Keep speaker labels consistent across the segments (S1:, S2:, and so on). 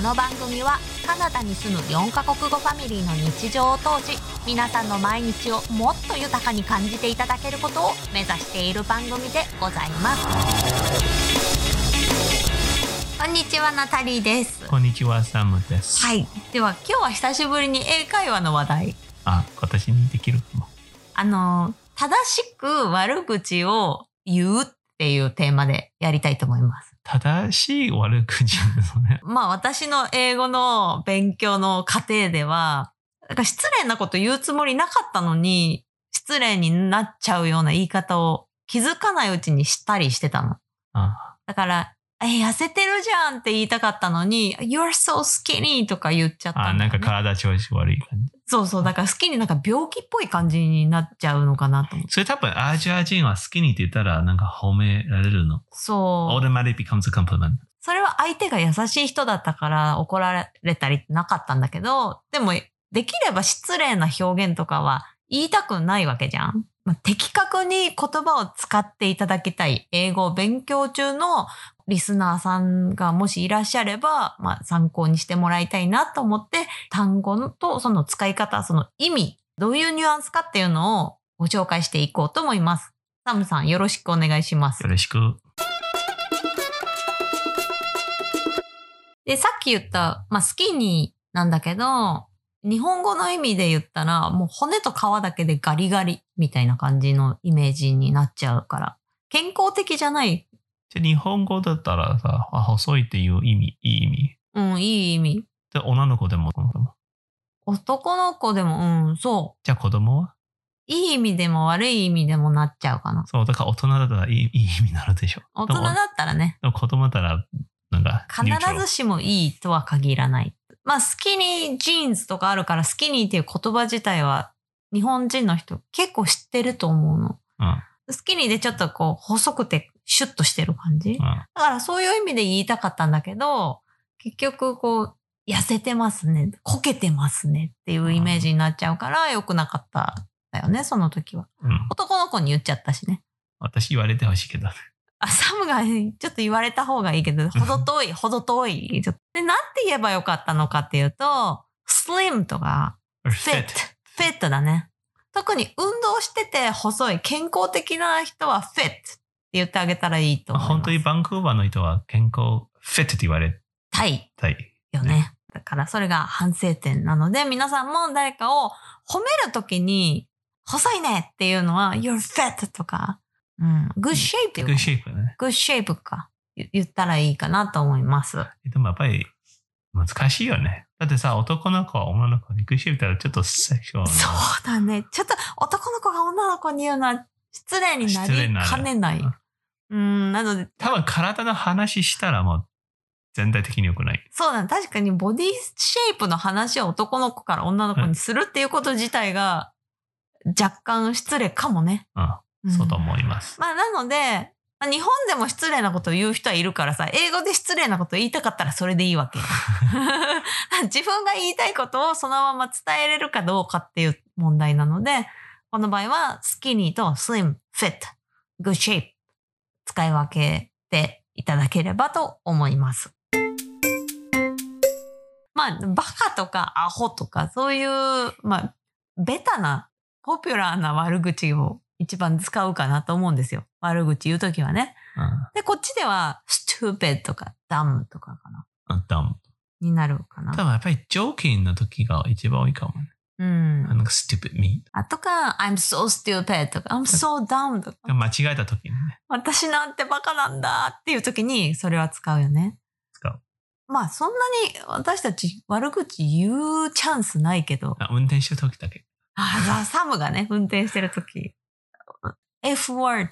S1: の番組はカナダに住む4カ国語ファミリーの日常を通し皆さんの毎日をもっと豊かに感じていただけることを目指している番組でございますこんにちはナタリーです
S2: こんにちは、サムです。
S1: はいでは今日は久しぶりに英会話の話題
S2: あ、今年にできるかも。
S1: あの正しく悪口を言うっていうテーマでやりたいと思います
S2: 正しい悪口ですね。
S1: まあ私の英語の勉強の過程では、なんか失礼なこと言うつもりなかったのに、失礼になっちゃうような言い方を気づかないうちにしたりしてたの。
S2: あ
S1: だから、え、痩せてるじゃんって言いたかったのに、You're so skinny とか言っちゃった
S2: あ、
S1: だ
S2: な
S1: よ
S2: ん
S1: ね
S2: か体調子悪い感じ。
S1: そうそう、だから好きになんか病気っぽい感じになっちゃうのかなと思って。
S2: それ多分アジア人は好きにって言ったらなんか褒められるの。
S1: そう。
S2: automatic becomes a compliment.
S1: それは相手が優しい人だったから怒られたりなかったんだけど、でもできれば失礼な表現とかは言いたくないわけじゃん。まあ的確に言葉を使っていただきたい英語を勉強中のリスナーさんがもしいらっしゃれば、まあ、参考にしてもらいたいなと思って単語とその使い方、その意味、どういうニュアンスかっていうのをご紹介していこうと思います。サムさんよろしくお願いします
S2: よ。ろしく。
S1: で、さっき言った、まあ、スキニーなんだけど、日本語の意味で言ったら、もう骨と皮だけでガリガリみたいな感じのイメージになっちゃうから、健康的じゃない、
S2: じゃあ日本語だったらさ、あ細いっていう意味、いい意味。
S1: うん、いい意味。
S2: で、女の子でも。
S1: 男の子でも、うん、そ
S2: じゃあ子供は
S1: う。いい意味でも悪い意味でもなっちゃうかな。
S2: そう、だから大人だったらいいいい意味になるでしょ。
S1: 大人だったらね、
S2: でも子供だったら、なんか、
S1: 必ずしもいいとは限らない。まあ、スキニージーンズとかあるから、スキニーっていう言葉自体は、日本人の人結構知ってると思うの。
S2: うん。うん。
S1: スキニーでちょっとこう細くてシュッとしてる感じ。だからそういう意味で言いたかったんだけど、結局こう、痩せてますね、こけてますねっていうイメージになっちゃうから良くなかったんだよね、その時は。
S2: うん。
S1: 男の子に言っちゃったしね。
S2: 私言われてほしいけど。
S1: あ、サムがちょっと言われた方がいいけど、ほど遠い、ほど遠い。ちょっとで、なんて言えばよかったのかっていうと、slim とか fit、fit だね。特に運動してて細い、健康的な人は fit って言ってあげたらいいと思います。
S2: 本当にバンクーバーの人は健康フィットって言われ
S1: たい
S2: たい。
S1: よね。だからそれが反省点なので、皆さんも誰かを褒めるときに、細いねっていうのは、you're fat とか、うん、good shape
S2: グッシェイプね。
S1: good shape か言言ったらいいかなと思います。
S2: でもやっぱり難しいよね。だってさ、男の子は女の子にグッシェイプだったらちょっとセクシュアルな
S1: そうだね。ちょっと男の子が女の子に言うのは失礼にな
S2: 失礼に
S1: り
S2: なる
S1: かねない。
S2: うん
S1: うん、なので、
S2: 多分体の話したらもう全体的に良くない。
S1: そうだね。確かにボディシェイプの話を男の子から女の子にするっていうこと自体が若干失礼かもね。
S2: うん。
S1: ん
S2: そうと思います。
S1: まあなので、まあ日本でも失礼なことを言う人はいるからさ、英語で失礼なことを言いたかったらそれでいいわけ。 自分が言いたいことをそのまま伝えれるかどうかっていう問題なので、この場合はスキニーとスリム、フィット、グッシェイプ、使い分けていただければと思います。まあ、バカとかアホとかそういう、まあ、ベタなポピュラーな悪口を一番使うかなと思うんですよ。悪口言うときはね。
S2: うん
S1: で、こっちでは、stupid とか dumb とかかな。
S2: うん。多分
S1: になるか
S2: 多
S1: な。
S2: 分やっぱりジョーキンの時が一番多いかもね。
S1: うん。
S2: なんか stupid me。
S1: あとか、I'm so stupid とか、I'm so dumb とか、
S2: 間違えた時にね。
S1: 私なんてバカなんだっていう時にそれは使うよね。
S2: 使う。
S1: まあそんなに私たち悪口言うチャンスないけど、
S2: あ運転してる時だけ。
S1: あザサムがね、運転してる時、F word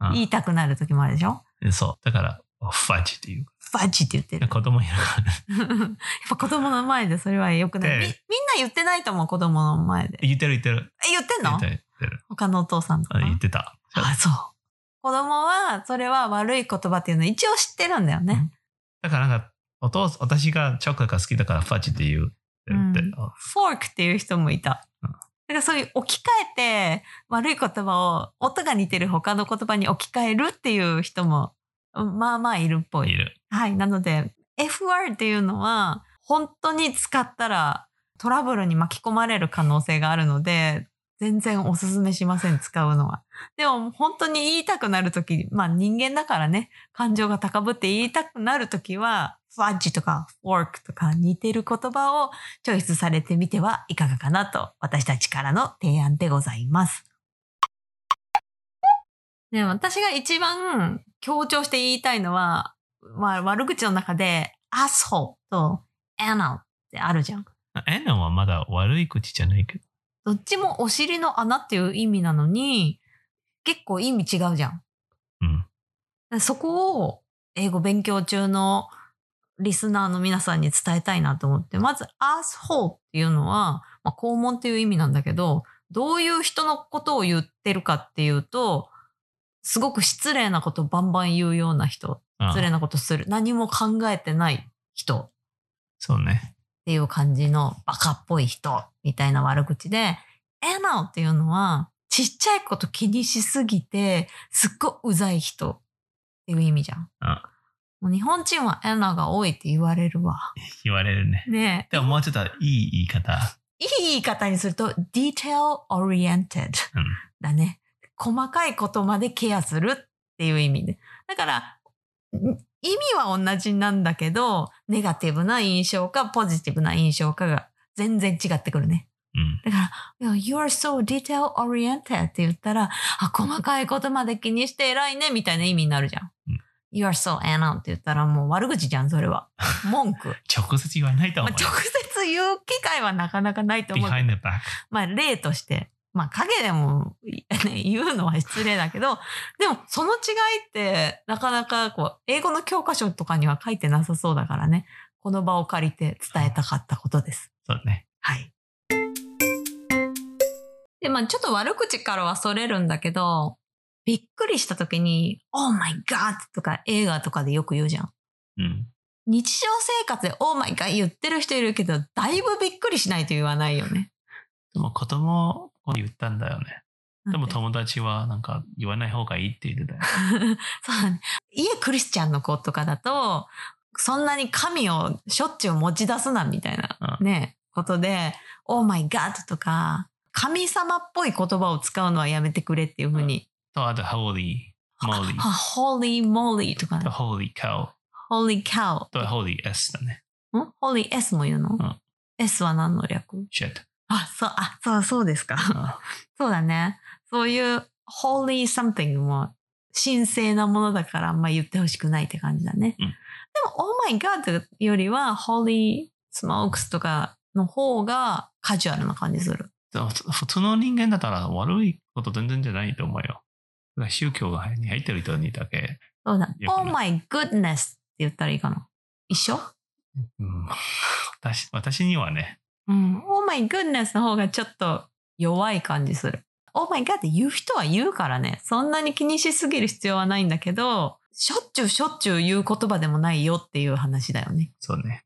S2: うん
S1: 言いたくなる時もあるでしょ
S2: でそう。だから、ファッジっていう。
S1: ファジって言ってる。
S2: 子供いるからね。
S1: やっぱ子供の前でそれは良くない。み
S2: で
S1: みんな言ってないと思う、子供の前で。え
S2: 言ってる言ってる。
S1: 言ってん
S2: 言
S1: の
S2: ってる言ってる。
S1: 他のお父さんと
S2: あ
S1: か。
S2: 言ってた。
S1: あ、そう。子供は、それは悪い言葉っていうのを一応知ってるんだよね。
S2: だからなんか、お父さん、私がチョコが好きだからファッチって言うって言って、
S1: うん
S2: あ
S1: フォークっていう人もいた。
S2: うん
S1: だからそういう置き換えて、悪い言葉を、音が似てる他の言葉に置き換えるっていう人も、うんまあまあいるっぽ
S2: い
S1: い。
S2: る。
S1: はい。なので、F word っていうのは、本当に使ったらトラブルに巻き込まれる可能性があるので、全然おすすめしません、使うのは。でも本当に言いたくなるとき、まあ人間だからね、感情が高ぶって言いたくなるときは、ファッジとかフォークとか似てる言葉をチョイスされてみてはいかがかなと私たちからの提案でございます。で私が一番強調して言いたいのは、まあ、悪口の中で、アスホーとアナってあるじゃん。
S2: エナはまだ悪い口じゃないけど。
S1: どっちもお尻の穴っていう意味なのに、結構意味違うじゃん。
S2: うん。
S1: そこを英語勉強中のリスナーの皆さんに伝えたいなと思って、まず、アースホーっていうのは、まあ、肛門っていう意味なんだけど、どういう人のことを言ってるかっていうと、すごく失礼なことをバンバン言うような人、
S2: あ
S1: 失礼なことする、何も考えてない人
S2: そうね。
S1: っていう感じのバカっぽい人みたいな悪口で、エナオっていうのはちっちゃいこと気にしすぎてすっごいうざい人っていう意味じゃん。
S2: あ
S1: もう日本人はエナが多いって言われるわ。
S2: 言われるね。
S1: ねえ
S2: でももうちょっといい言い方。
S1: いい言い方にすると detail oriented
S2: うん
S1: だね。細かいことまでケアするっていう意味で。だから、ん意味は同じなんだけど、ネガティブな印象かポジティブな印象かが全然違ってくるね。
S2: うん。
S1: だから、いや you're so detail oriented って言ったら、あ、細かいことまで気にして偉いね、みたいな意味になるじゃん。
S2: うん
S1: you're so anal って言ったらもう悪口じゃん、それ は。文句。
S2: 直接言わないと
S1: まあ、
S2: 思う
S1: 直
S2: よ。
S1: 接言う機会はなかなかないと思うけど。
S2: behind the back。
S1: まあ、例として。まあ、影でも、いね、言うのは失礼だけど、でも、その違いって、なかなか、こう、英語の教科書とかには書いてなさそうだからね、この場を借りて伝えたかったことです。
S2: そうね。
S1: はい。で、まあちょっと悪口からはそれるんだけど、びっくりした時に、Oh my God! とか映画とかでよく言うじゃん。
S2: うん。
S1: 日常生活で Oh my God! 言ってる人いるけど、だいぶびっくりしないと言わないよね。
S2: でも子供に言ったんだよね。でも友達はなんか言わない方がいいって言ってたよ。
S1: そうだね。家クリスチャンの子とかだと、そんなに神をしょっちゅう持ち出すなみたいな、
S2: う
S1: ね、ことで、Oh my God! とか、神様っぽい言葉を使うのはやめてくれっていうふうに
S2: と、あと、holy, moly,
S1: あ、holy moly とかね
S2: と、。holy cow,
S1: holy cow。
S2: と、holy s だね。
S1: ん ?holy s も言うの、
S2: うん
S1: ?s は何の略
S2: shit.
S1: あ、そう、あ、そう、そうですか。そうだね。そういう holy something も神聖なものだからあんま言ってほしくないって感じだね。
S2: うん
S1: でも oh my god よりは holy smokes とかの方がカジュアルな感じする。
S2: でも普通の人間だったら悪いこと全然じゃないと思うよ。だから宗教が入ってる人にだけ、
S1: そうだ。
S2: よく
S1: oh
S2: ね
S1: my goodness って言ったらいいかな。一緒
S2: うん、私私にはね、
S1: うん。Oh my goodness の方がちょっと弱い感じする。Oh my god って言う人は言うからね。そんなに気にしすぎる必要はないんだけど、しょっちゅうしょっちゅう言う言葉でもないよっていう話だよね。
S2: そうね。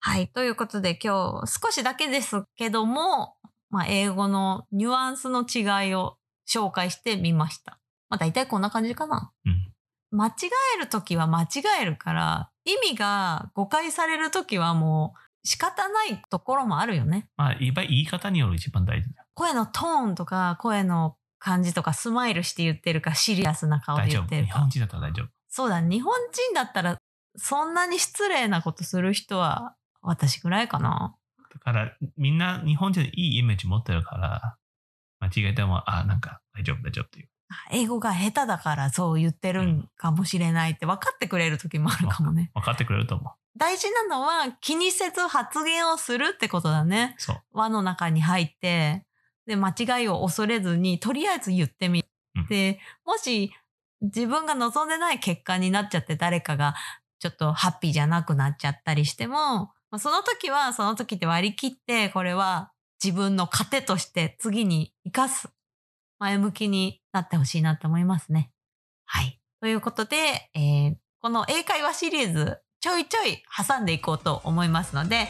S1: はい。ということで今日少しだけですけども、まあ、英語のニュアンスの違いを紹介してみました。まあ、大体こんな感じかな。
S2: うん
S1: 間違えるときは間違えるから、意味が誤解されるときはもう仕方ないところもあるよね。
S2: まあ、いっぱい言い方による一番大事だ。
S1: 声のトーンとか声の感じとかスマイルして言ってるかシリアスな顔で
S2: 大
S1: 言
S2: 丈
S1: っ
S2: 夫。
S1: てる
S2: 日
S1: か
S2: 本人だったら大丈夫。
S1: そうだ日本人だったらそんなに失礼なことする人は私ぐらいかな
S2: だから、みんな日本人いいイメージ持ってるから、間違えても、あ、なんか大丈夫、大丈夫っていう。
S1: 英語が下手だからそう言ってるんかもしれないって分かってくれる時もあるかもね
S2: 分かってくれると思う。
S1: 大事なのは気にせず発言をするってことだね
S2: そう。
S1: 輪の中に入ってで間違いを恐れずにとりあえず言ってみる
S2: うん
S1: でもし自分が望んでない結果になっちゃって誰かがちょっとハッピーじゃなくなっちゃったりしてもまあその時はその時で割り切ってこれは自分の糧として次に生かす前向きになってほしいなと思いますね。はい。ということで、えーこの英会話シリーズちょいちょい挟んでいこうと思いますので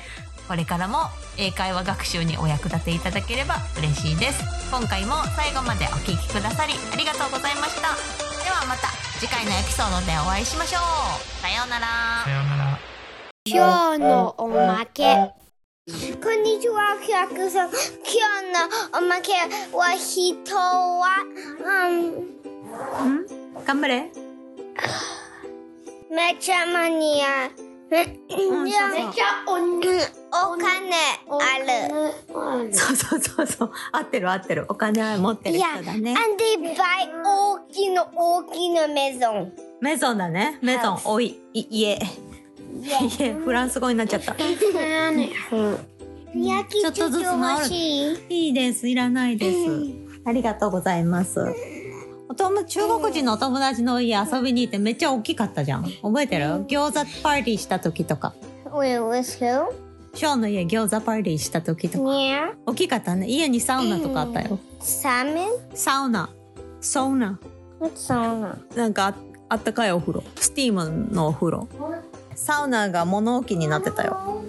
S1: これからも英会話学習にお役立ていただければ嬉しいです。今回も最後までお聞きくださりありがとうございました。ではまた。次回のエピソードでお会いしましょうさようなら
S2: さようなら。
S3: 今日のおまけ。こんにちは、ひらくさん。今日のおまけは人は、うん、
S1: 頑張れ
S3: めちゃマニア。めっ
S1: ん
S3: ちゃ、
S1: そうそ
S3: う
S1: う
S3: んお金ある。
S1: そうそうそうそう合ってる合ってるお金持ってる人だね
S3: And they buy 大きな大きなメゾ ン。
S1: メゾンだねメゾン
S3: House
S1: おいい家 家フランス語になっちゃった
S3: 焼き
S1: ちょっとずつ治る
S3: 欲しい。
S1: いいですいらないですありがとうございますお友中国人のお友達の家遊びに行ってめっちゃ大きかったじゃん覚えてる餃子パーティーした時とか
S3: Wait, with who?
S1: ショーンの家餃子パーティーした時とか
S3: Yeah.
S1: 大きかったね家にサウナとかあったよ
S3: Salmon?
S1: サウナサウナ
S3: What's salmon?
S1: なんかああったかいお風呂スティームのお風呂サウナが物置になってたよ